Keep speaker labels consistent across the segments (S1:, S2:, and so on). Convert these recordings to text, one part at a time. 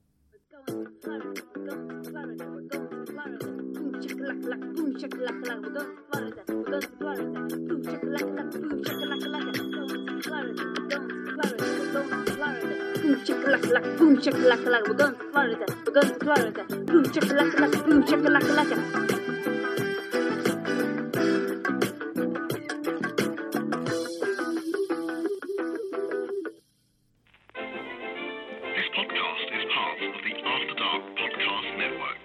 S1: Going to Florida, we're going to Florida, we're going to Florida. Boom shakalaka, boom shakalaka, we're going to Florida, we're going to Florida. Boom shakalaka, boom shakalaka, going to Florida, we're going to Florida, we're going to Florida. Boom shakalaka, boom shakalaka, we're going to Florida, we're going to Florida. Boom shakalaka, boom shakalaka.
S2: This podcast is part of the After Dark Podcast Network.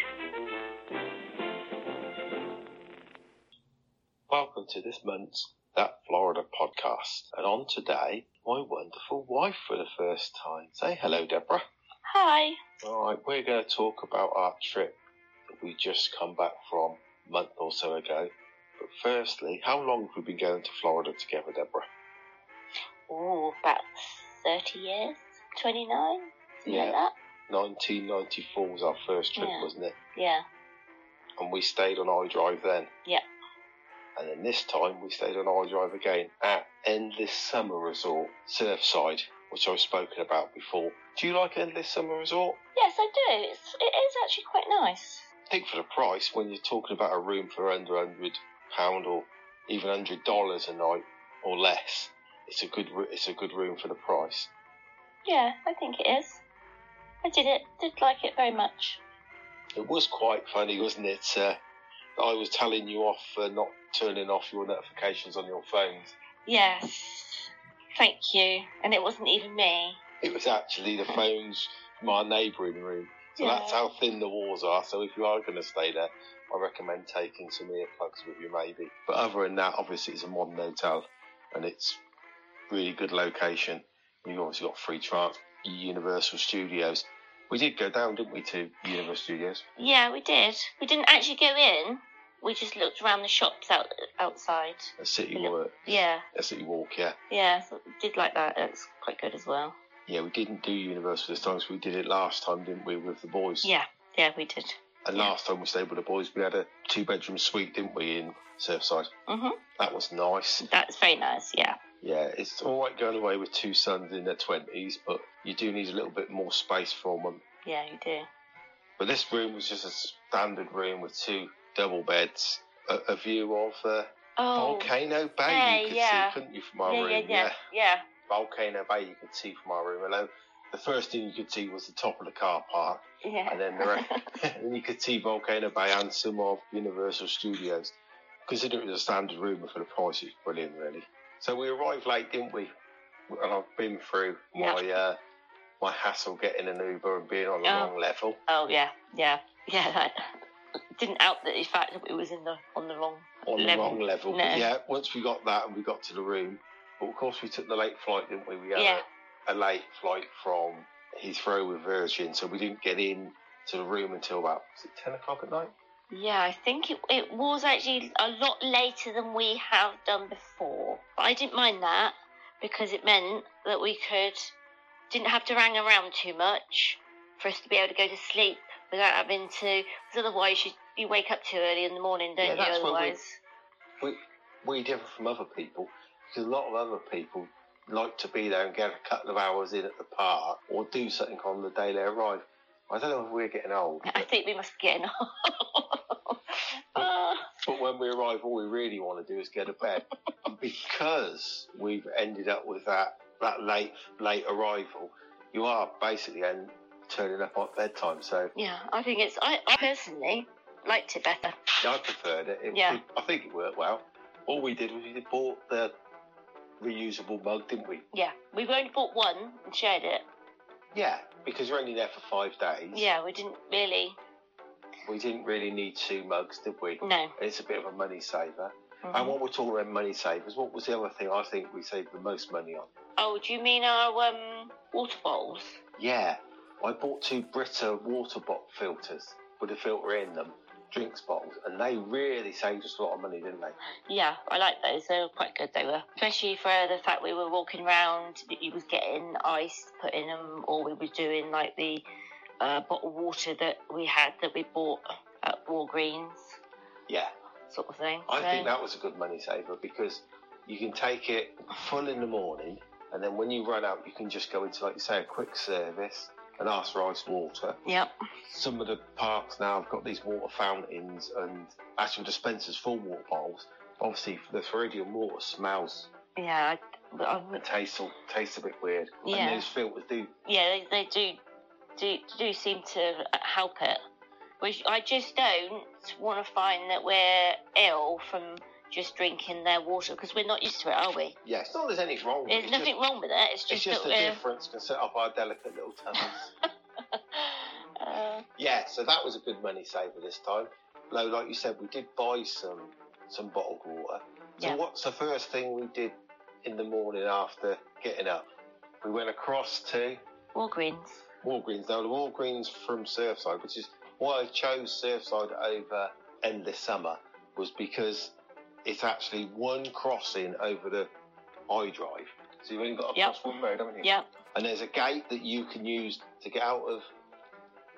S3: Welcome to this month's That Florida podcast. And on today, my wonderful wife for the first time. Say hello, Deborah.
S4: Hi.
S3: All right, we're going to talk about our trip that we just come back from a month or so ago. But firstly, how long have we been going to Florida together, Deborah?
S4: Ooh, about 30 years? 29? Something like that?
S3: 1994 was our first trip,
S4: Yeah.
S3: wasn't it?
S4: Yeah.
S3: And we stayed on iDrive then.
S4: Yeah.
S3: And then this time we stayed on iDrive again at Endless Summer Resort, Surfside, which I've spoken about before. Do you like Endless Summer Resort?
S4: Yes, I do. It's, it is actually quite nice.
S3: I think for the price, when you're talking about a room for under hundred pound or even hundred dollars a night or less, it's a good ro- it's a good room for the price.
S4: Yeah, I think it is. I did it. Did like it very much.
S3: It was quite funny, wasn't it? Uh, I was telling you off for not turning off your notifications on your phones.
S4: Yes. Thank you. And it wasn't even me.
S3: It was actually the phones from our neighbouring room. So
S4: Yeah.
S3: that's how thin the walls are. So if you are going to stay there, I recommend taking some earplugs with you, maybe. But other than that, obviously it's a modern hotel, and it's really good location. You've obviously got free trans, Universal Studios. We did go down, didn't we, to Universal Studios?
S4: Yeah, we did. We didn't actually go in. We just looked around the shops out outside.
S3: At City
S4: Yeah.
S3: Walk,
S4: Yeah,
S3: at City Walk, yeah.
S4: yeah. So we did like that. It's quite good as well.
S3: Yeah, we didn't do Universal this time, so we did it last time, didn't we, with the boys?
S4: Yeah, yeah, we did.
S3: And
S4: yeah.
S3: last time we stayed with the boys, we had a two-bedroom suite, didn't we, in Surfside?
S4: Mhm.
S3: That was nice.
S4: That's very nice. Yeah.
S3: Yeah, it's all right going away with two sons in their twenties, but you do need a little bit more space from them.
S4: Yeah, you do.
S3: But this room was just a standard room with two double beds, a, a view of uh,
S4: Oh.
S3: Volcano Bay.
S4: yeah,
S3: you could
S4: yeah.
S3: see, couldn't you, from our
S4: yeah,
S3: room?
S4: yeah, yeah, yeah.
S3: Volcano Bay. You could see from our room. Although the first thing you could see was the top of the car park,
S4: Yeah.
S3: and then the rest, and you could see Volcano Bay and some of Universal Studios. Considering it was a standard room for the price, it's brilliant, really. So we arrived late, didn't we? And I've been through
S4: Yeah.
S3: my uh, my hassle getting an Uber and being on the
S4: Oh.
S3: wrong level.
S4: oh yeah, yeah, yeah. That didn't out the fact that it was in the on the wrong.
S3: On the
S4: Level.
S3: wrong level.
S4: No.
S3: Yeah, once we got that and we got to the room, but of course we took the late flight, didn't we? We had
S4: Yeah.
S3: a, a late flight from Heathrow with Virgin, so we didn't get in to the room until about was it 10 o'clock at night?
S4: Yeah, I think it it was actually a lot later than we have done before. But I didn't mind that because it meant that we could didn't have to hang around too much for us to be able to go to sleep without having to. Because otherwise, you you wake up too early in the morning, don't
S3: Yeah, that's
S4: you?
S3: what we-
S4: Otherwise,
S3: we differ from other people because a lot of other people like to be there and get a couple of hours in at the park or do something on the day they arrive. I don't know if we're getting old,
S4: I think we must be getting old. oh,
S3: but when we arrive, all we really want to do is go to bed. and because we've ended up with that that late late arrival, you are basically end, turning up at bedtime. So
S4: yeah, I think it's. I, I personally liked it better.
S3: I preferred it. it
S4: Yeah.
S3: I think it worked well. All we did was we bought the reusable mug, didn't we?
S4: Yeah, we've only bought one and shared it.
S3: Yeah, because you're only there for five days.
S4: Yeah, we didn't really.
S3: We didn't really need two mugs, did we?
S4: No.
S3: It's a bit of a money saver. And
S4: Mhm.
S3: what we're talking about money savers, what was the other thing I think we saved the most money on?
S4: Oh, do you mean our um, water bottles?
S3: Yeah, I bought two Brita water bottle filters with a filter in them, drinks bottles, and they really saved us a lot of money, didn't they?
S4: Yeah, I like those. They were quite good. They were, especially for the fact we were walking around. That you was getting ice put in them, or we were doing like the uh, bottled water that we had that we bought at Walgreens,
S3: Yeah,
S4: sort of thing.
S3: I
S4: so,
S3: think that was a good money saver because you can take it full in the morning, and then when you run out, you can just go into, like you say, a quick service, and ask for ice water.
S4: Yep.
S3: Some of the parks now have got these water fountains and actual dispensers for water bottles. Obviously, the Floridian water smells
S4: Yeah. I, I, would-
S3: and tastes, all- tastes a bit weird.
S4: Yeah.
S3: And those filters do
S4: yeah, they, they do, do do seem to help it. Which I just don't want to find that we're ill from just drinking their water because we're not used to it, are we?
S3: Yeah, it's not there's anything wrong with it.
S4: There's
S3: It's
S4: nothing
S3: just,
S4: wrong with it. It's
S3: it's
S4: just,
S3: just the
S4: that
S3: difference can set up our delicate little tummies.
S4: we're. Uh,
S3: yeah, so that was a good money saver this time. Though, like you said, we did buy some some bottled water. So
S4: Yeah.
S3: what's the first thing we did in the morning after getting up? We went across to
S4: Walgreens.
S3: Walgreens. Now the Walgreens from Surfside, which is why I chose Surfside over Endless Summer, was because it's actually one crossing over the I drive. So you've only got to
S4: Yep.
S3: cross one road, haven't you?
S4: Yep.
S3: and there's a gate that you can use to get out of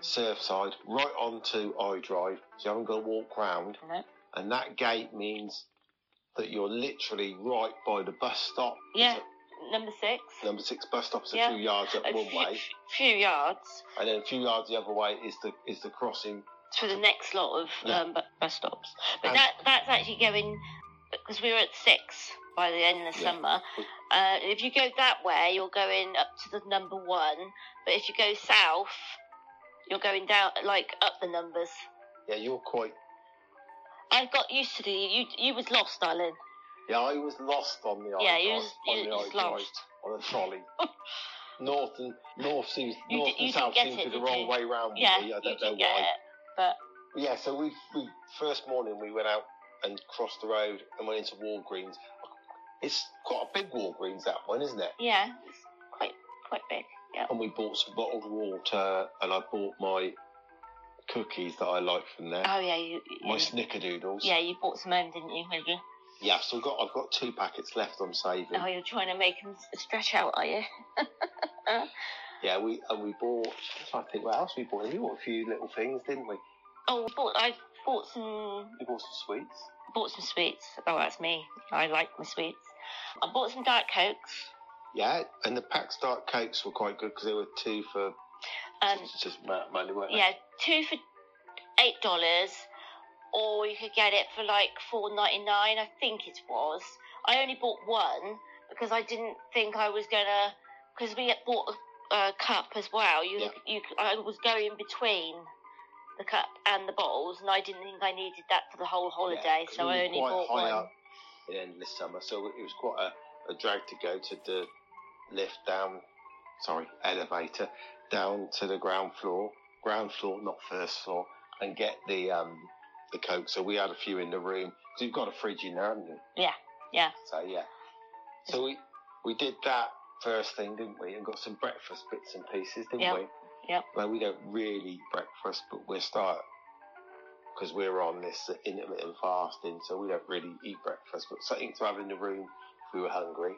S3: Surfside right onto I Drive, so you haven't got to walk round.
S4: No.
S3: And that gate means that you're literally right by the bus stop.
S4: Yeah. Number six.
S3: So number six bus stops a
S4: Yeah.
S3: few yards up
S4: A
S3: one
S4: few,
S3: way,
S4: few yards
S3: and then a few yards the other way is the is the crossing.
S4: to the next lot of
S3: Yeah.
S4: um, bu- bus stops. But
S3: And-
S4: that that's actually going because we were at six by the end of the
S3: Yeah.
S4: summer. Uh, if you go that way, you're going up to the number one. But if you go south, you're going down like up the numbers.
S3: Yeah, you're quite.
S4: I got used to the you. You was lost, darling.
S3: Yeah, I was lost on the I
S4: yeah,
S3: Drive.
S4: you was
S3: on
S4: you
S3: the
S4: was
S3: I Drive,
S4: lost.
S3: on a trolley. north and north seems
S4: You
S3: north
S4: di-
S3: and
S4: you didn't
S3: south
S4: get
S3: seems
S4: it,
S3: to be the
S4: did
S3: wrong
S4: you?
S3: way round.
S4: Yeah,
S3: really. I
S4: you
S3: don't know
S4: did get
S3: why.
S4: it.
S3: Yeah, so we we first morning we went out and crossed the road and went into Walgreens. It's quite a big Walgreens that one, isn't it?
S4: Yeah, it's quite quite big.
S3: And we bought some bottled water and I bought my cookies that I like from there.
S4: Oh yeah, you.
S3: my
S4: you-
S3: snickerdoodles.
S4: yeah, you bought some home, didn't you? Maybe.
S3: Yeah, so I've got I've got two packets left I'm saving.
S4: Oh, you're trying to make them stretch out, are you?
S3: Yeah, we and we bought I think what else we bought. We bought a few little things, didn't we?
S4: Oh, I bought, I bought some
S3: We bought some sweets.
S4: bought some sweets. Oh, that's me. I like my sweets. I bought some diet cokes.
S3: Yeah, and the Pax Dark Cakes were quite good because they were two for
S4: Um,
S3: just, just ma- money, weren't they?
S4: yeah, two for eight dollars, or you could get it for like four ninety nine. I think it was. I only bought one because I didn't think I was gonna. Because we had bought a, a cup as well. You,
S3: Yeah.
S4: you, I was going between the cup and the bottles, and I didn't think I needed that for the whole holiday,
S3: 'cause
S4: so
S3: we
S4: I
S3: were
S4: only
S3: mm, quite
S4: bought
S3: high
S4: one.
S3: up in endless summer, so it was quite a, a drag to go to the lift down, sorry, elevator down to the ground floor, ground floor, not first floor, and get the um the coke. So we had a few in the room. So you've got a fridge in there, haven't you?
S4: Yeah, yeah.
S3: So yeah, so we we did that first thing, didn't we? And got some breakfast bits and pieces, didn't
S4: Yep,
S3: we?
S4: yep.
S3: Well, we don't really eat breakfast, but we start because we're on this intermittent fasting, so we don't really eat breakfast, but something to have in the room if we were hungry.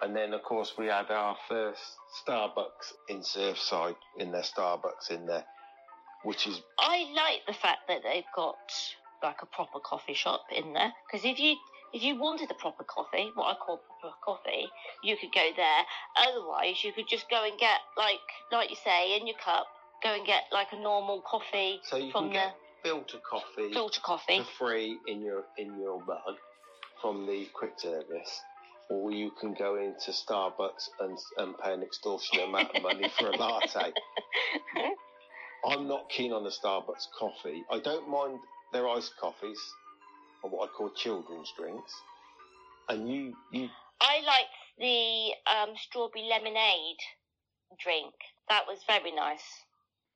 S3: And then, of course, we had our first Starbucks in Surfside, in their Starbucks in there, which is
S4: I like the fact that they've got like a proper coffee shop in there because if you if you wanted a proper coffee, what I call proper coffee, you could go there. Otherwise, you could just go and get like like you say in your cup, go and get like a normal coffee
S3: so you
S4: from
S3: can
S4: the
S3: get filter coffee
S4: filter coffee.
S3: for free in your in your mug from the quick service, or you can go into Starbucks and and pay an extortionate amount of money for a latte. I'm not keen on the Starbucks coffee. I don't mind their iced coffees or what I call children's drinks. And you, you,
S4: I liked the um, strawberry lemonade drink. That was very nice.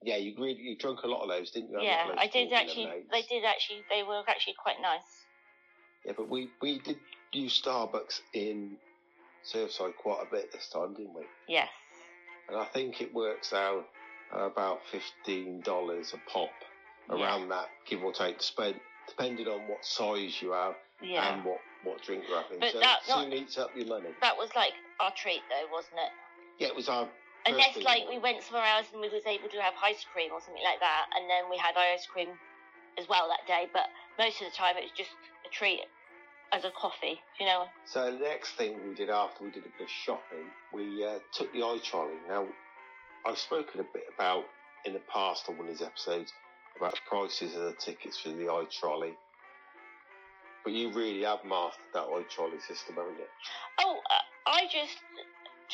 S3: yeah, you really, you drunk a lot of those, didn't you? A lot
S4: yeah,
S3: of those
S4: I did
S3: strawberry
S4: actually.
S3: lemonades.
S4: They did actually. They were actually quite nice.
S3: Yeah, but we we did use Starbucks in Surfside quite a bit this time, didn't we?
S4: Yes.
S3: and I think it works out about fifteen dollars a pop around that, give or take, spend depending on what size you have
S4: Yeah.
S3: and what what drink you're having.
S4: But
S3: so
S4: that-
S3: it soon eats up your money.
S4: That was like our treat, though, wasn't it?
S3: Yeah, it was our first
S4: Unless,
S3: thing
S4: like, we
S3: bought.
S4: went somewhere else and we was able to have ice cream or something like that, and then we had our ice cream as well that day. But most of the time, it was just a treat as a coffee, you know.
S3: So the next thing we did after we did a bit of shopping, we uh, took the eye trolley. Now I've spoken a bit about in the past on one of these episodes about the prices of the tickets for the i trolley, but you really have mastered that i trolley system, haven't you?
S4: Oh, uh, I just,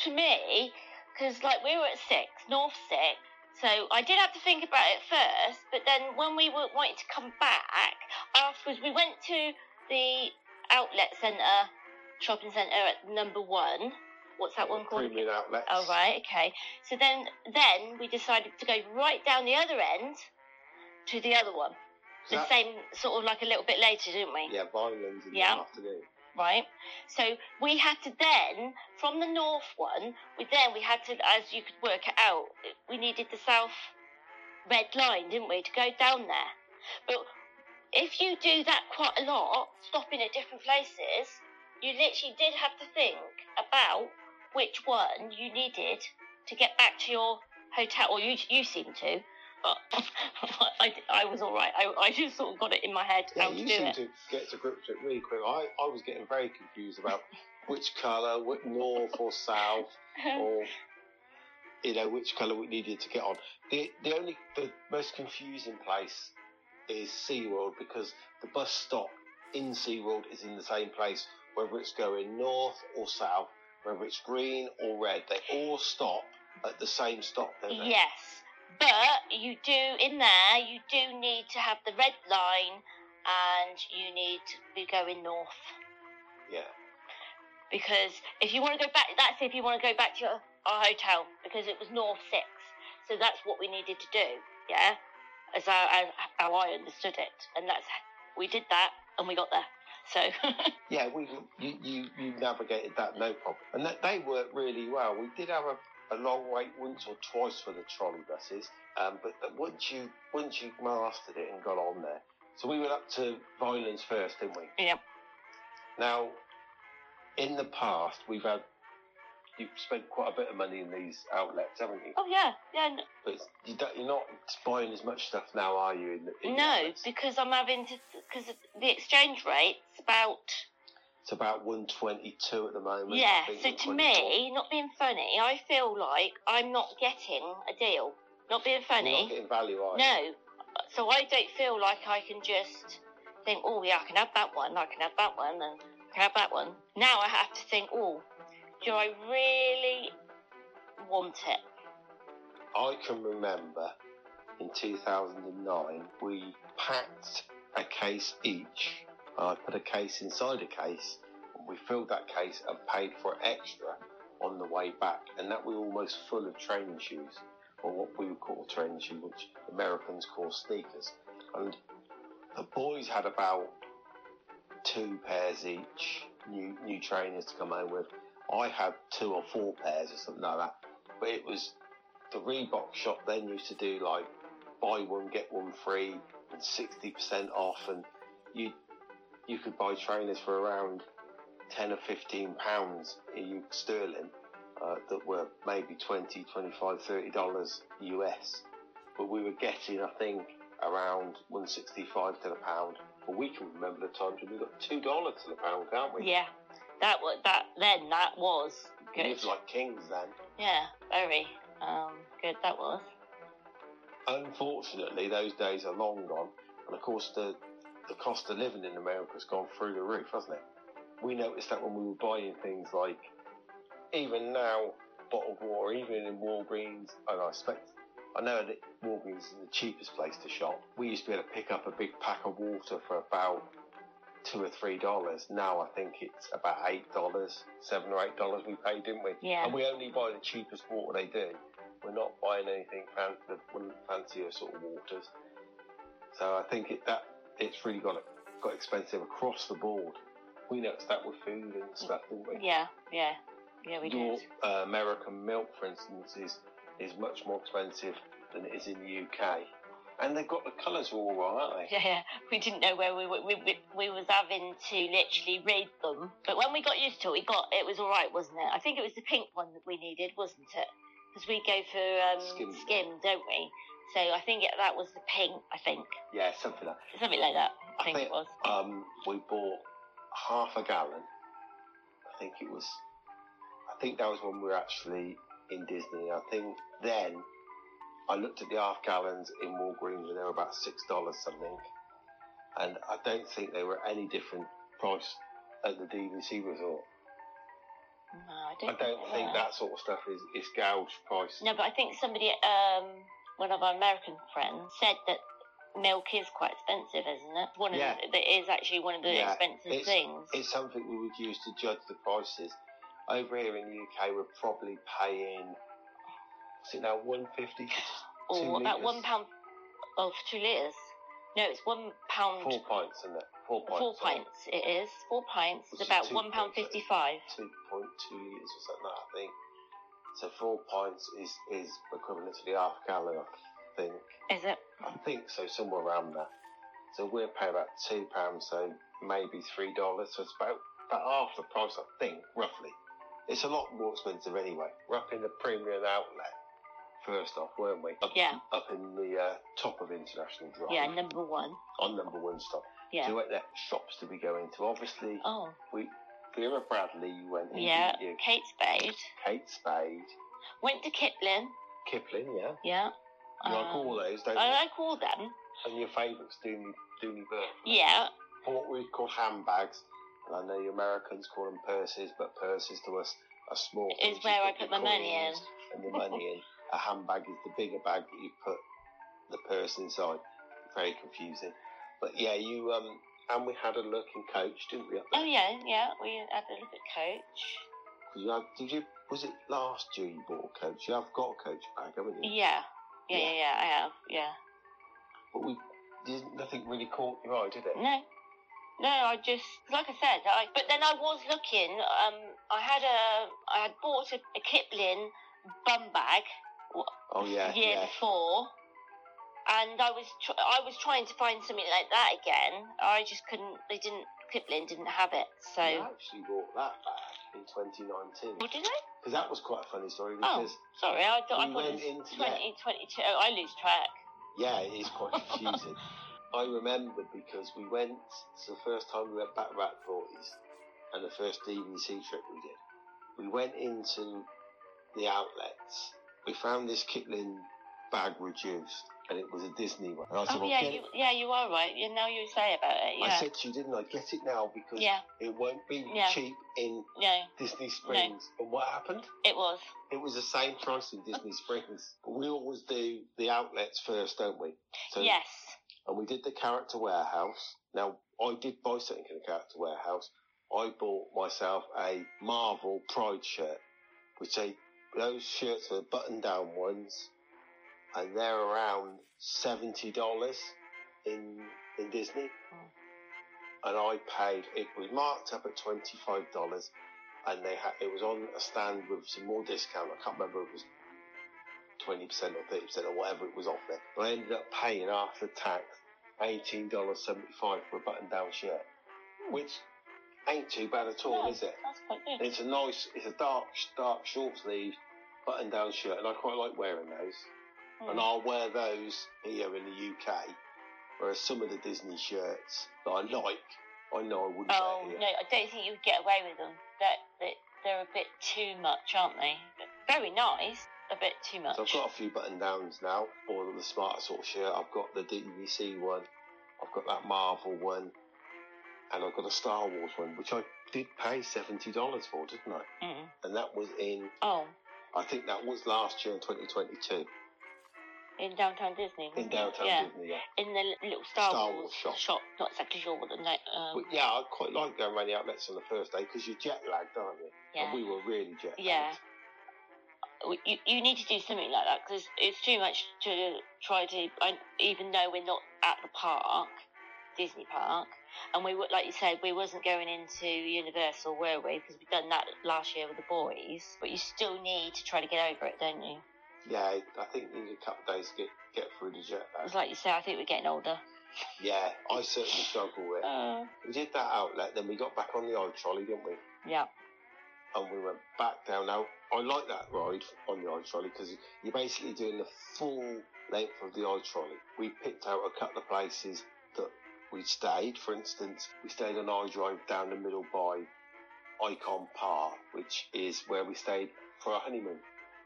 S4: to me, because like we were at six, North six, so I did have to think about it first, but then when we were wanting to come back afterwards, we went to the outlet centre, shopping centre at number one. What's that one called?
S3: Premium outlets.
S4: Oh right, okay. So then, then we decided to go right down the other end to the other one.
S3: Is
S4: The
S3: that-
S4: same sort of like a little bit later, didn't we?
S3: Yeah, Vineland's in
S4: Yeah.
S3: the afternoon.
S4: right? So we had to then, from the north one, we then we had to, as you could work it out, we needed the south red line, didn't we, to go down there? But if you do that quite a lot, stopping at different places, you literally did have to think about which one you needed to get back to your hotel, or you you seemed to. But I, I was all right. I, I just sort of got it in my head
S3: Yeah,
S4: how to
S3: you
S4: do
S3: seem
S4: it.
S3: to get to grips with it really quick. I, I was getting very confused about which colour, what north or south, or you know which colour we needed to get on. The the only the most confusing place is SeaWorld because the bus stop in SeaWorld is in the same place, whether it's going north or south, whether it's green or red. They all stop at the same stop, don't they?
S4: Yes, but you do in there. You do need to have the red line, and you need to be going north
S3: Yeah.
S4: because if you want to go back, that's if you want to go back to your our hotel because it was north six. So that's what we needed to do. Yeah, as how, as how I understood it, and that's we did that, and we got there. So
S3: Yeah, we you, you, you navigated that no problem, and that they worked really well. We did have a, a long wait once or twice for the trolley buses, um, but but once you once you mastered it and got on there, so we went up to Violins first, didn't we?
S4: Yep.
S3: Now, in the past, we've had you've spent quite a bit of money in these outlets, haven't you?
S4: oh yeah, yeah. n-
S3: But you don't, you're not buying as much stuff now, are you? In, the- in the
S4: No,
S3: outlets?
S4: because I'm having to because the exchange rate's about
S3: it's about one twenty two at the moment. I
S4: Yeah,
S3: think,
S4: so to
S3: 124.
S4: me, not being funny, I feel like I'm not getting a deal. Not being
S3: You're not
S4: funny.
S3: getting value, are you?
S4: No. So I don't feel like I can just think, oh, yeah, I can have that one, I can have that one, and I can have that one. Now I have to think, oh, do I really want it?
S3: I can remember in 2009 we packed a case each. And I put a case inside a case, and we filled that case and paid for it extra on the way back, and that we were almost full of training shoes, or what we would call training shoes, which Americans call sneakers. And the boys had about two pairs each, new new trainers to come home with. I had two or four pairs or something like that, but it was the Reebok shop then used to do like buy one get one free and sixty percent off, and you you could buy trainers for around ten or fifteen pounds EU sterling uh, that were maybe 20 25 30 dollars US, but we were getting I think around 165 to the pound. But we can remember the times when we got two dollars to the pound, can't we?
S4: Yeah. That was, that then that was
S3: We
S4: good.
S3: lived like kings then.
S4: Yeah, very um, good that was.
S3: unfortunately, those days are long gone, and of course, the the cost of living in America has gone through the roof, hasn't it? We noticed that when we were buying things like, even now, bottled water, even in Walgreens, and I expect, I know that Walgreens is the cheapest place to shop. We used to be able to pick up a big pack of water for about two or three dollars. Now I think it's about eight dollars, seven or eight dollars we paid, didn't we?
S4: Yeah.
S3: And we only buy the cheapest water they do. We're not buying anything fancy, the one fancier sort of waters. So I think it, that it's really got got expensive across the board. We noticed that with food and stuff, didn't we?
S4: Yeah, yeah. Yeah, we
S3: Your
S4: did.
S3: uh, American milk, for instance, is is much more expensive than it is in the UK, and they've got the colours all wrong, aren't they?
S4: Yeah, we didn't know where we were. We, we, we was having to literally read them. But when we got used to it, we got it was all right, wasn't it? I think it was the pink one that we needed, wasn't it? Because we go for um,
S3: Skim.
S4: skim. don't we? So I think it, that was the pink. I think
S3: Yeah, something like.
S4: something like that.
S3: I
S4: I think
S3: think-
S4: it was.
S3: um, we bought half a gallon. I think it was. I think that was when we were actually in Disney. I think then I looked at the half gallons in Walgreens and they were about six dollars something, and I don't think they were any different price at the DVC resort.
S4: No, I
S3: I
S4: don't.
S3: don't think that sort of stuff is is gouged price.
S4: No, but I think somebody, um, one of our American friends, said that milk is quite expensive, isn't it? One of
S3: Yeah.
S4: the, that is actually one of the
S3: Yeah,
S4: expensive
S3: it's-
S4: things.
S3: It's something we would use to judge the prices. Over here in the UK, we're probably paying. Is it now one fifty? two
S4: or about
S3: litres.
S4: one pound. Oh, for two liters. No, it's one pound.
S3: Four pints, isn't it? Four pints.
S4: Four
S3: sorry.
S4: pints. It is four pints.
S3: Which
S4: It's
S3: is
S4: about
S3: two
S4: one pound
S3: pints,
S4: fifty-five.
S3: two point two litres or something like that, I think. So four pints is, is equivalent to the half gallon, I think.
S4: Is it?
S3: I think so, somewhere around there. So we're paying about two pounds, so maybe three dollars. So it's about about half the price, I think, roughly. It's a lot more expensive anyway. We're up in the premium outlet first off, weren't we? Up,
S4: Yeah.
S3: Up in the uh, top of International Drive.
S4: Yeah, number one.
S3: On number one stop.
S4: Yeah.
S3: So what that shops did we go into? Obviously,
S4: Oh,
S3: we Vera Bradley. You went into
S4: yeah.
S3: you,
S4: Kate Spade
S3: Kate Spade,
S4: went to Kipling.
S3: Kipling, yeah.
S4: Yeah.
S3: You like
S4: Um,
S3: all those, don't
S4: I
S3: you?
S4: like all them.
S3: And your favourites, Dooney, Dooney Burke.
S4: Yeah.
S3: And what we call handbags, and I know you Americans call them purses, but purses to us are small.
S4: Is
S3: things you
S4: where I
S3: your
S4: put my money in.
S3: coins And the money in. A handbag is the bigger bag that you put the purse inside. Very confusing. But yeah, you um, and we had a look in coach, didn't we? Up there?
S4: Oh yeah, yeah. We had a look at Coach.
S3: You had, did you? Was it last year you bought a coach? You have got a coach bag, haven't you?
S4: Yeah. Yeah,
S3: Yeah.
S4: yeah, yeah, I have. Yeah.
S3: But we did nothing really caught your eye, did it?
S4: No. No, I just like I said, I but then I was looking, um I had a I had bought a, a Kipling bum bag
S3: Oh yeah,
S4: the year
S3: yeah.
S4: before. And I was tr- I was trying to find something like that again. I just couldn't. They didn't. Kipling didn't have it. So
S3: You actually bought that bag in 2019
S4: Or did I?
S3: because that was quite a funny story.
S4: Oh.
S3: Because
S4: Sorry, I thought I
S3: We
S4: thought it
S3: went
S4: was
S3: into that.
S4: twenty twenty two. Oh, I lose track.
S3: yeah, it is quite confusing. I remember because we went. It's the first time we went back to the forties, and the first DVC trip we did. We went into the outlets. We found this Kipling bag reduced, and it was a Disney one. And I said,
S4: Oh
S3: well,
S4: yeah,
S3: get
S4: you
S3: it.
S4: yeah you are right. You now you say about it. Yeah.
S3: I said to you, didn't I? Get it now because
S4: yeah.
S3: it won't be
S4: Yeah.
S3: cheap in
S4: No,
S3: Disney Springs. And what happened?
S4: it was.
S3: It was the same price in Disney Springs. But we always do the outlets first, don't we? So,
S4: yes.
S3: And we did the character warehouse. Now, I did buy something in the character warehouse. I bought myself a Marvel Pride shirt, which they, those shirts are button down ones, and they're around $70 in, in Disney. And I paid, it was marked up at $25, and they had, it was on a stand with some more discount. I can't remember if it was twenty percent or thirty percent or whatever it was off there. But I ended up paying after tax eighteen dollars seventy five for a button down shirt, which ain't too bad at all,
S4: No,
S3: is it?
S4: That's quite
S3: And
S4: good.
S3: it's a nice, it's a dark, dark short sleeve button down shirt, and I quite like wearing those.
S4: Hmm.
S3: And I'll wear those here in the UK, whereas some of the Disney shirts that I like, I know I wouldn't
S4: Oh
S3: wear here.
S4: no, I don't think you'd get away with them. That that they're a bit too much, aren't they? Very nice, a bit too much.
S3: So I've got a few button downs now, all of the smart sort of shirt. I've got the DVC one, I've got that Marvel one, and I've got a Star Wars one, which I did pay seventy dollars for, didn't I?
S4: Mm.
S3: And that was in,
S4: Oh,
S3: I think that was last year in 2022
S4: in downtown Disney.
S3: in
S4: wasn't it?
S3: downtown
S4: Mm-hmm. yeah.
S3: Disney. Yeah,
S4: In the little Star,
S3: Star
S4: Wars,
S3: Wars shop.
S4: Not exactly sure what the name. Um,
S3: but yeah, I quite like going around the outlets on the first day because you're jet lagged, aren't you?
S4: yeah.
S3: And we were really jet lagged.
S4: Yeah. you, you need to do something like that because it's too much to try to. I, even though we're not at the park, Disney Park, and we were like you said, we wasn't going into Universal, were we? Because we've done that last year with the boys. But you still need to try to get over it, don't you?
S3: Yeah, I think you need a couple of days to get get through the jet lag.
S4: It's like you say, I think we're getting older.
S3: Yeah, I certainly struggle with. it.
S4: Uh,
S3: We did that outlet, then we got back on the old trolley, didn't we?
S4: yeah,
S3: and we went back down. Now I like that ride on the old trolley because you're basically doing the full length of the old trolley. We picked out a couple of places that we stayed. For instance, we stayed on our drive down the middle by Icon Park, which is where we stayed for our honeymoon.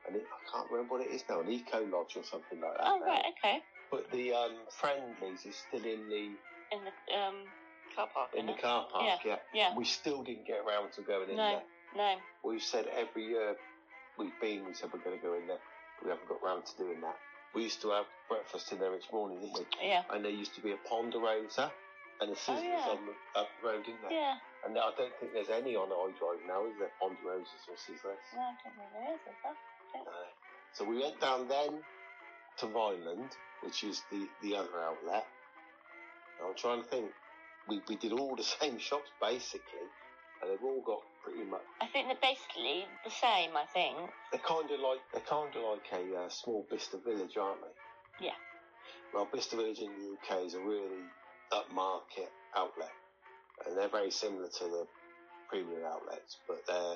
S3: and it, I can't remember what it is now, an eco lodge or something like that.
S4: Oh
S3: now.
S4: right, okay.
S3: But the um, friendlies is still in the
S4: In the um, car park.
S3: in the
S4: innit?
S3: car park. Yeah.
S4: Yeah.
S3: We still didn't get around to going in
S4: No.
S3: there.
S4: No.
S3: We've said every year we've been, we said we're going to go in there. We haven't got round to doing that. We used to have breakfast in there each morning, didn't we?
S4: Yeah.
S3: And there used to be a Ponderosa and a Sizzlers
S4: Oh, yeah.
S3: on the up the road, didn't there?
S4: Yeah.
S3: And I don't think there's any on I Drive now, is there? Ponderosas or Sizzlers?
S4: No, I don't think there is, is there?
S3: No. So we went down then to Vineland, which is the, the other outlet. I'm trying to think. We, we did all the same shops basically, and they've all got pretty much.
S4: I think they're basically the same. I think.
S3: They're kind of like they're kind of like a uh, small Bicester village, aren't they?
S4: Yeah.
S3: Well, Bicester Village in the UK is a really upmarket outlet, and they're very similar to the premium outlets, but they're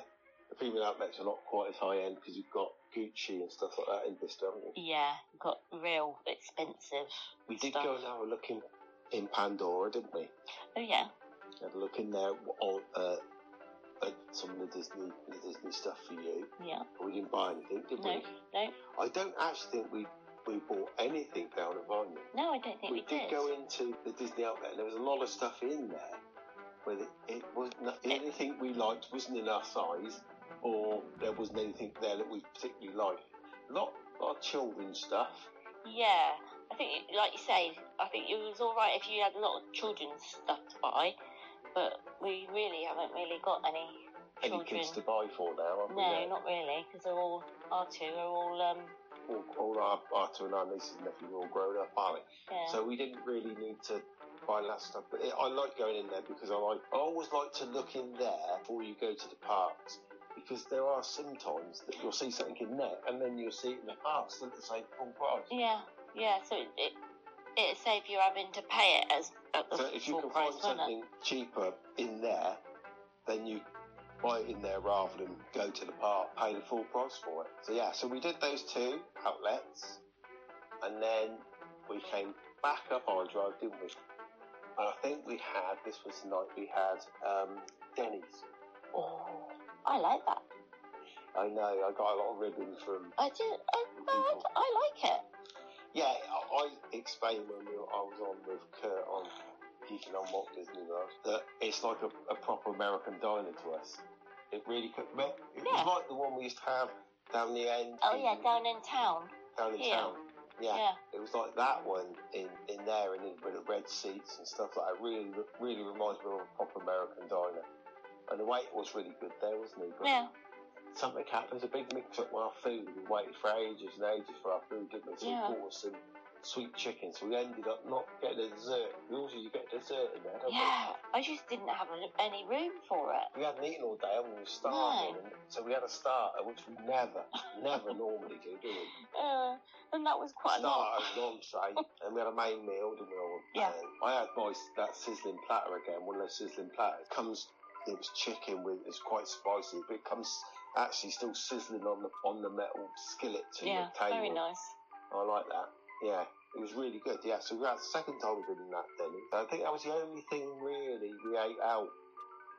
S3: the premium outlets are not quite as high end because you've got Gucci and stuff like that in Bicester, haven't you?
S4: Yeah, got real expensive.
S3: We did
S4: stuff.
S3: go and have a look in, in Pandora, didn't we?
S4: Oh yeah,
S3: Had a look in there on, uh, at some of the Disney the Disney stuff for you.
S4: yeah.
S3: We didn't buy anything, did
S4: No,
S3: we?
S4: no,
S3: I don't actually think we we bought anything down at Vinyl.
S4: no. I don't think we,
S3: did
S4: did.
S3: go into the Disney outlet, and there was a lot of stuff in there, but it, it was not, anything we liked wasn't in our size, or there wasn't anything there that we particularly liked. A lot, lot of children's stuff.
S4: Yeah, I think, like you say, I think it was all right if you had a lot of children's stuff to buy, but we really haven't really got any
S3: Any
S4: children.
S3: kids to buy for now? haven't we?
S4: no,
S3: Yeah.
S4: not really, because they're all our two are all um.
S3: all, all our Arthur and our nieces and nephews are all grown up, aren't they?
S4: Yeah.
S3: So we didn't really need to buy that stuff. But it, I like going in there because I like I always like to look in there before you go to the parks because there are some times that you'll see something in there and then you'll see it in the parks still at the same full price.
S4: yeah, yeah. So it, it it saved you having to pay it as at the
S3: So if you can
S4: full price,
S3: find
S4: wasn't it?
S3: something cheaper in there, then you buy it in there rather than go to the park, pay the full price for it. So yeah, so we did those two outlets, and then we came back up on drive, didn't we? And I think we had this was the night we had um, Denny's.
S4: Oh, I like that.
S3: I know I got a lot of ribbon from.
S4: I do. I, I, like, I like it.
S3: Yeah, I, I explained when we were, I was on with Kurt on geeking on Walt Disney World that it's like a, a proper American diner to us. It really could. me- It
S4: Yeah.
S3: was like the one we used to have down the end.
S4: Oh
S3: in-
S4: yeah, down in town.
S3: down in
S4: here.
S3: town. Yeah.
S4: Yeah.
S3: it was like that one in, in there and in, with the red seats and stuff like that. Really, really reminds me of a proper American diner. And the waiter was really good there, wasn't he? But
S4: Yeah.
S3: something happened, a big mix up with our food. We waited for ages and ages for our food, didn't we? So
S4: Yeah.
S3: we bought us some sweet chicken. So we ended up not getting a dessert. Usually you get dessert in there, don't
S4: Yeah. I just didn't have any room for it.
S3: we? We hadn't eaten all day and we were starving. And so we had a starter, which we never, never normally do, do we?
S4: Uh, and that was quite a lot.
S3: Starter as an entree, and we had a main meal, didn't we? all?
S4: Yeah.
S3: And I had my that sizzling platter again, one of those sizzling platters. Comes, it was chicken with, it's quite spicy, but it comes actually still sizzling on the on the metal skillet to
S4: Yeah,
S3: the table.
S4: very nice.
S3: I like that. Yeah, it was really good. Yeah, so that's the second time we've been in that Denny. So I think that was the only thing really we ate out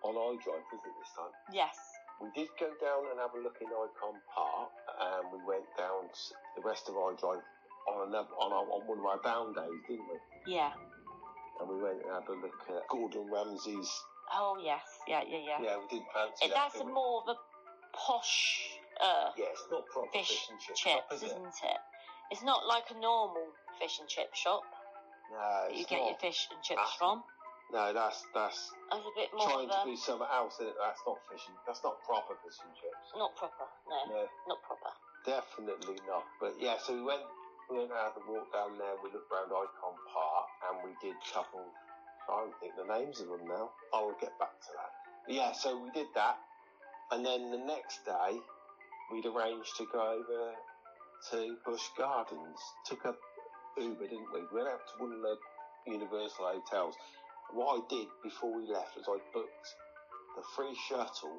S3: on iDrive, wasn't it, this time?
S4: Yes.
S3: We did go down and have a look in Icon Park, and we went down s- the rest of iDrive on another on, our, on one of our down days, didn't we?
S4: Yeah.
S3: And we went and had a look at Gordon Ramsay's.
S4: Oh yes. Yeah. Yeah. Yeah.
S3: Yeah, we did fancy
S4: It-
S3: that,
S4: that's
S3: didn't we?
S4: more of a posh uh,
S3: Yeah, it's not proper
S4: fish
S3: fish, and chip shop,
S4: chips,
S3: is it?
S4: isn't it? It's not like a normal fish and chip shop
S3: No,
S4: that you
S3: it's
S4: get
S3: not.
S4: your fish and chips
S3: That's-
S4: from.
S3: No, that's that's
S4: It's a bit more
S3: trying
S4: of
S3: to
S4: a
S3: be something else, is it? That's not fishing. That's not proper fish and chips.
S4: not proper. No,
S3: No,
S4: not proper.
S3: definitely not. But yeah, so we went we went out the walk down there. We looked round Icon Park, and we did a couple. I don't think the names of them now. I'll get back to that. But yeah, so we did that, and then the next day we'd arranged to go over to Bush Gardens. Took a Uber, didn't we? We went out to one of the Universal hotels. What I did before we left was I booked the free shuttle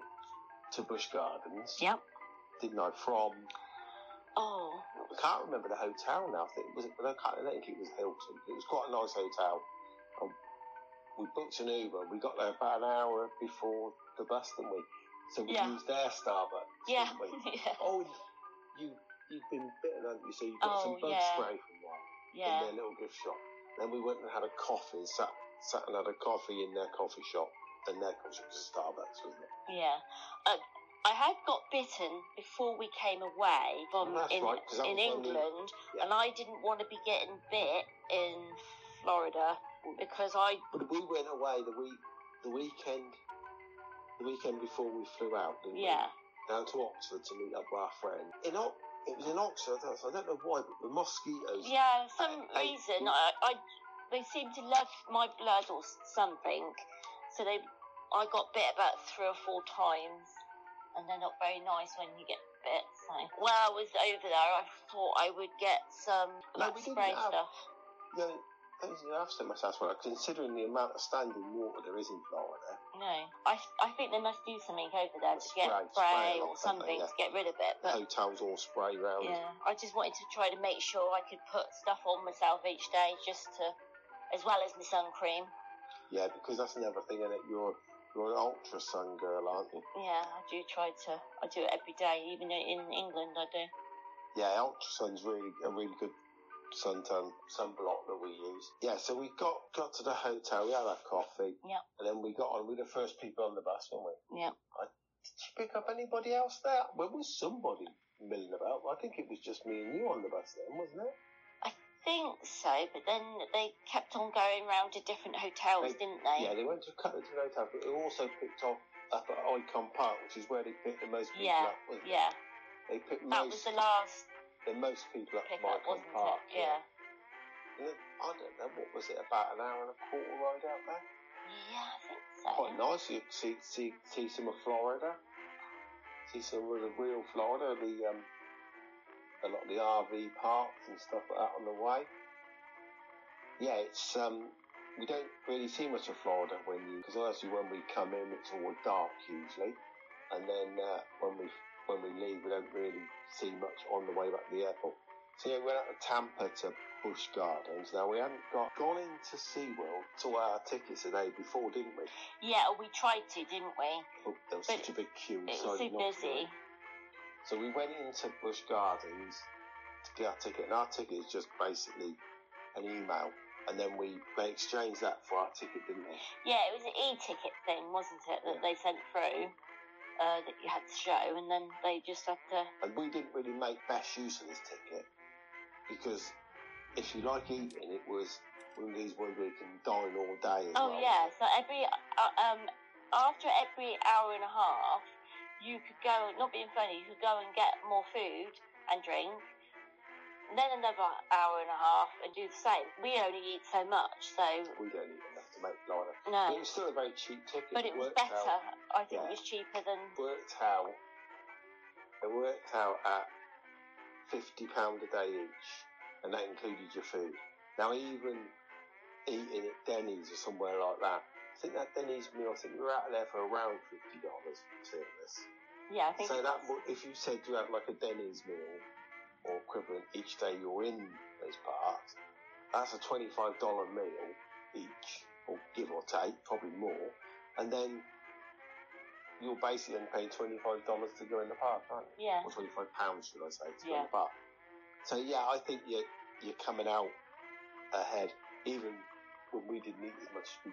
S3: to Bush Gardens.
S4: Yep.
S3: Didn't I? From
S4: Oh,
S3: I can't remember the hotel now. I think it was. I can't I don't think it was Hilton. It was quite a nice hotel. Um, we booked an Uber. We got there about an hour before the bus, didn't we? So we
S4: Yeah.
S3: used their Starbucks.
S4: yeah.
S3: Didn't we?
S4: yeah.
S3: Oh, you you've been bitten, haven't you? So you got
S4: Oh,
S3: some bug
S4: yeah.
S3: spray from one in
S4: Yeah.
S3: their little gift shop. Then we went and had a coffee, sat sat and had a coffee in their coffee shop, and their coffee shop was Starbucks, wasn't it?
S4: Yeah. Uh, I had got bitten before we came away from
S3: Oh, That's
S4: in,
S3: right, 'cause that
S4: in
S3: was when we-
S4: England,
S3: Yeah.
S4: and I didn't want to be getting bit in Florida because I
S3: But we went away the week the weekend the weekend before we flew out, didn't we?
S4: yeah
S3: down to Oxford to meet up with our friend. In o- it was in Oxford. I, was, I don't know why, but the mosquitoes.
S4: yeah for some
S3: I- I-
S4: reason I, I they seemed to love my blood or something, so they I got bit about three or four times, and they're not very nice when you get bit. So when I was over there, I thought I would get some
S3: No,
S4: like
S3: we didn't
S4: spray
S3: have-
S4: stuff.
S3: You know, those who have seen my house, well, considering the amount of standing water there is in Florida,
S4: No, I, I think they must do something over there to
S3: Spray-
S4: get spray,
S3: spray
S4: or
S3: or something,
S4: something
S3: yeah.
S4: to get rid of it.
S3: the
S4: But
S3: hotels all spray round.
S4: yeah, I just wanted to try to make sure I could put stuff on myself each day, just to, as well as my sun cream.
S3: Yeah, because that's another thing in it. You're you're an ultra sun girl, aren't you?
S4: Yeah, I do try to. I do it every day, even in England. I do.
S3: Yeah, ultra sun's really a really good suntan sunblock that we use. Yeah, so we got got to the hotel. We had our coffee.
S4: Yeah.
S3: And then we got on. We were the first people on the bus, weren't we?
S4: Yeah.
S3: Did you pick up anybody else there? Well, there was somebody milling about. I think it was just me and you on the bus then, wasn't it?
S4: Think so, but then they kept on going round to different hotels,
S3: They-
S4: didn't they?
S3: Yeah, they went to a couple of different hotels, but they also picked off up at Icon Park, which is where they picked the most people
S4: Yeah,
S3: up, wasn't it?
S4: yeah.
S3: They picked
S4: That
S3: most,
S4: was the last
S3: the most people up at
S4: pickup,
S3: Icon
S4: wasn't
S3: Park.
S4: it? Yeah.
S3: And then, I don't know, what was it, about an hour and a quarter ride out there?
S4: Yeah, I think so.
S3: Quite nice. You could see, see, see some of Florida. See some of the real Florida, the, um, a lot of the RV parks and stuff like that on the way. Yeah, it's, um, we don't really see much of Florida when you, because obviously when we come in, it's all dark usually. And then, uh, when we, when we leave, we don't really see much on the way back to the airport. So yeah, we went out to Tampa to Busch Gardens. Now we hadn't got gone into SeaWorld to our tickets the day before, didn't we?
S4: Yeah, we tried to, didn't we?
S3: Oh, there was
S4: But
S3: such a big queue. we
S4: It
S3: decided
S4: was too
S3: not to go.
S4: busy.
S3: So we went into Bush Gardens to get our ticket, and our ticket is just basically an email. And then we they exchanged that for our ticket, didn't they?
S4: Yeah, it was an e-ticket thing, wasn't it, that
S3: Yeah.
S4: they sent through uh, that you had to show, and then they just had to.
S3: And we didn't really make best use of this ticket because if you like eating, it was one of these ones where you can dine all day. As
S4: Oh
S3: well,
S4: yeah,
S3: wasn't
S4: so every uh, um after every hour and a half, you could go. Not being funny, you could go and get more food and drink. and Then another hour and a half and do the same. We only eat so much, so
S3: it? We don't even have to make like that. But it
S4: no.
S3: was still a very cheap ticket.
S4: But it was
S3: worked out-
S4: better. I think
S3: Yeah.
S4: it was cheaper than
S3: worked out. It worked out at fifty pound a day each, and that included your food. Now even eating at Denny's or somewhere like that, I think that Denny's meal, I think we were out there for around fifty dollars for two of us.
S4: yeah. I think
S3: So
S4: it
S3: that
S4: was.
S3: would- if you said you had like a Denny's meal or equivalent each day you're in those parts, that's a twenty-five dollar meal each, or give or take, probably more, and then you're basically then paying twenty-five dollars to go in the park, aren't you?
S4: yeah.
S3: Or twenty-five pounds, should I say, to go in
S4: Yeah.
S3: the park? So yeah, I think you're you're coming out ahead, even when we didn't eat as much as we,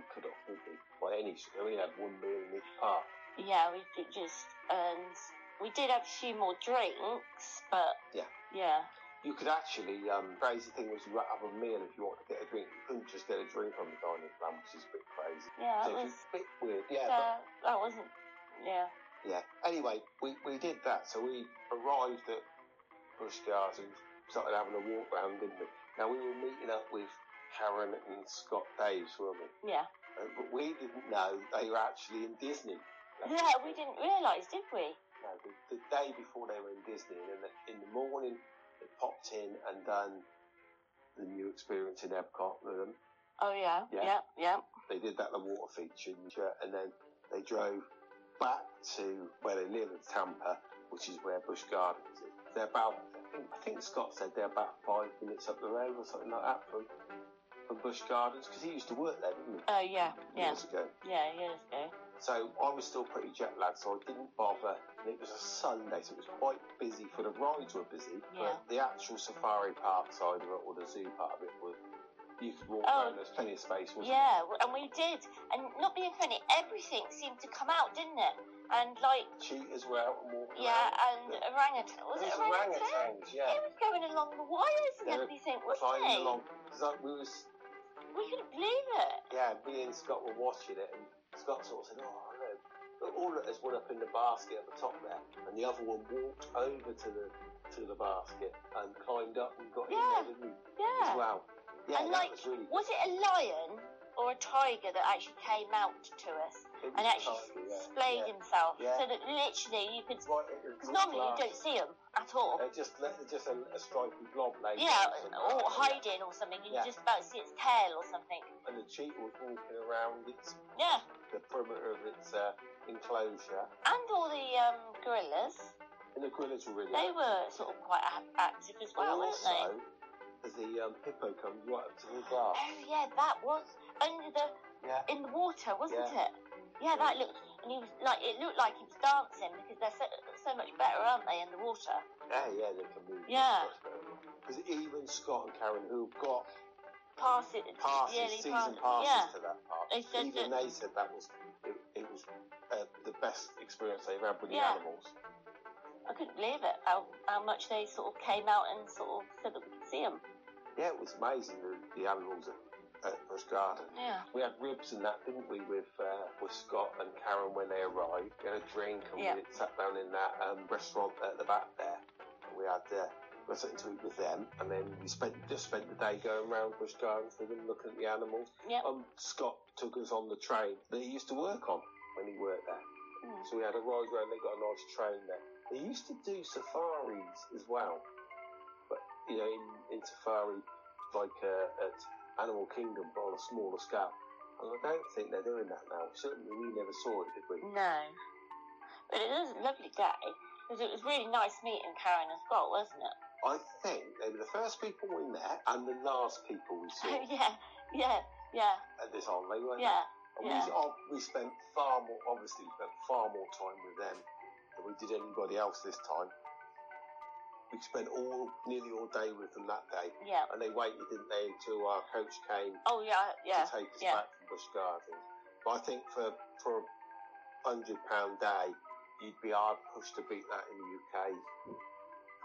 S3: we could have, did we? By any, we only had one meal in each park.
S4: Yeah, we did just and we did have a few more drinks, but
S3: Yeah.
S4: yeah,
S3: You could actually, um, crazy thing was you had to have a meal if you wanted to get a drink. You couldn't just get a drink on the dining plan, which is a bit crazy.
S4: yeah, that
S3: so
S4: was
S3: it's a bit weird, yeah.
S4: uh, that wasn't yeah.
S3: But, yeah. Anyway, we, we did that. So we arrived at Bush Gardens, started having a walk round, didn't we? Now we were meeting up with Karen and Scott Daves, weren't we?
S4: Yeah,
S3: Uh, But we didn't know they were actually in Disney.
S4: yeah, we didn't realise, did we?
S3: No, the, the day before they were in Disney, and then in the morning they popped in and done the new experience in Epcot with them.
S4: Oh yeah,
S3: Yeah.
S4: yeah, yeah,
S3: They did that the water feature, in Jer- and then they drove back to where they live in Tampa, which is where Busch Gardens is. They're about, I think, I think Scott said they're about five minutes up the road or something like that from from Busch Gardens because he used to work there, didn't he?
S4: oh yeah, yeah,
S3: Years ago.
S4: yeah, years ago.
S3: So I was still pretty jet lagged, so I didn't bother. And it was a Sunday, so it was quite busy for the rides were busy,
S4: Yeah.
S3: but the actual safari park side of it or the zoo part of it was you could walk
S4: Oh.
S3: around. There's plenty of space, wasn't there?
S4: Yeah, and we did. And not being funny, everything seemed to come out, didn't it? And like,
S3: Cheetahs were out and walking
S4: yeah,
S3: around.
S4: and orangutan. Was
S3: These
S4: it orangutan?
S3: orangutans, yeah.
S4: It was going along the wires and
S3: They were
S4: everything, wasn't
S3: Flying
S4: it?
S3: along. Because we was
S4: We couldn't believe it.
S3: yeah, me and Scott were watching it, and Scott sort of said, "Oh, no." But all of us one up in the basket at the top there, and the other one walked over to the to the basket and climbed up and got
S4: Yeah.
S3: in there with me as
S4: Yeah.
S3: well. Yeah,
S4: And
S3: that
S4: like,
S3: was really.
S4: Was it a lion or a tiger that actually came out to us
S3: it was
S4: and actually
S3: exciting, Oh, yeah.
S4: displayed
S3: yeah.
S4: himself
S3: Yeah.
S4: so that literally you could?
S3: It's right at the
S4: Because normally you
S3: glass.
S4: don't see him at all.
S3: They're just they're just a, a stripy blob laying
S4: Yeah,
S3: down
S4: or
S3: somewhere, yeah.
S4: hiding or something. You
S3: Yeah.
S4: just about see its tail or something.
S3: And the cheetah was walking around its
S4: Yeah.
S3: the perimeter of its uh, enclosure,
S4: And all the um, gorillas,
S3: and the gorillas were really.
S4: they were sort of quite a- active as well, weren't they?
S3: also, uh, the um, hippo comes right up to the glass.
S4: Oh yeah, that was under the
S3: Yeah.
S4: in the water, wasn't
S3: Yeah.
S4: it? Yeah, that looked and he was like it looked like he was dancing because they're so, so much better, aren't they, in the water?
S3: Yeah, yeah, they can move.
S4: Yeah.
S3: Because even Scott and Karen, who've got
S4: Pass it,
S3: passes,
S4: yearly
S3: season
S4: pass-
S3: passes
S4: yeah.
S3: to that park,
S4: They said
S3: even
S4: that-
S3: they said that was it, it was uh, the best experience they've had with the
S4: Yeah.
S3: animals.
S4: I couldn't believe it how, how much they sort of came out and sort of said that we could see them.
S3: Yeah, it was amazing the, the animals at, at Bush Garden.
S4: Yeah.
S3: We had ribs and that, didn't we, with uh, with Scott and Karen when they arrived. We had a drink and
S4: Yeah.
S3: we sat down in that um, restaurant at the back there. And we had uh, we had something to eat with them, and then we spent just spent the day going around Bush Gardens with them, looking at the animals.
S4: Yeah.
S3: Um, Scott took us on the train that he used to work on when he worked there.
S4: Mm.
S3: So we had a ride round. They got a nice train there. They used to do safaris as well, but you know, in, in safari, like uh, at Animal Kingdom, but on a smaller scale. And I don't think they're doing that now. Certainly, we never saw it, did we?
S4: No. But it was a lovely day because it was really nice meeting Karen and Scott, wasn't it?
S3: I think they were the first people we met and the last people we saw
S4: Oh yeah, yeah, yeah,
S3: at this holiday, weren't
S4: yeah.
S3: they? And
S4: yeah.
S3: We, oh, we spent far more, obviously, we spent far more time with them than we did anybody else this time. We spent all nearly all day with them that day.
S4: Yeah.
S3: and they waited, didn't they, until our coach came
S4: Oh yeah,
S3: to
S4: yeah,
S3: take us
S4: yeah.
S3: back from Bush Gardens. But I think for for a hundred pound day, you'd be hard pushed to beat that in the UK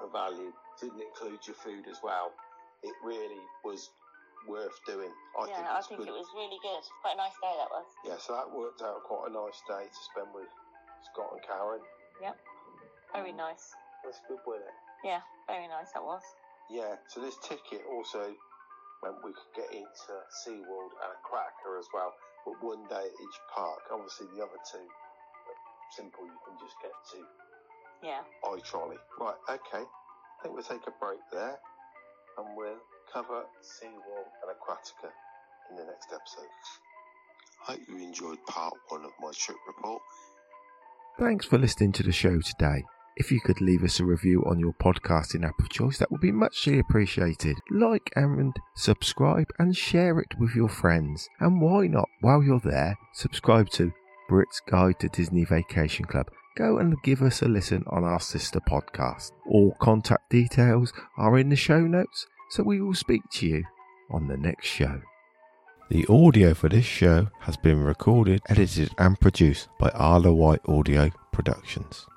S3: for value. Didn't include your food as well. It really was worth doing. I think
S4: yeah, I
S3: it's
S4: think
S3: good.
S4: it was really good. Quite a nice day that was.
S3: Yeah, so that worked out quite a nice day to spend with Scott and Karen.
S4: Very
S3: Mm.
S4: nice.
S3: That's good, wasn't it?
S4: Yeah, very nice that was.
S3: Yeah, so this ticket also meant we could get into SeaWorld and a cracker as well, but one day at each park. Obviously, the other two, simple, you can just get to
S4: Yeah.
S3: iTrolley. Right, okay. I think we'll take a break there and we'll cover SeaWorld and Aquatica in the next episode. Hope you enjoyed part one of my trip report.
S5: Thanks for listening to the show today. If you could leave us a review on your podcasting app of choice, that would be muchly appreciated. Like and subscribe and share it with your friends. And why not, while you're there, subscribe to Brit's Guide to Disney Vacation Club. Go and give us a listen on our sister podcast. All contact details are in the show notes, so we will speak to you on the next show. The audio for this show has been recorded, edited, and produced by Arla White Audio Productions.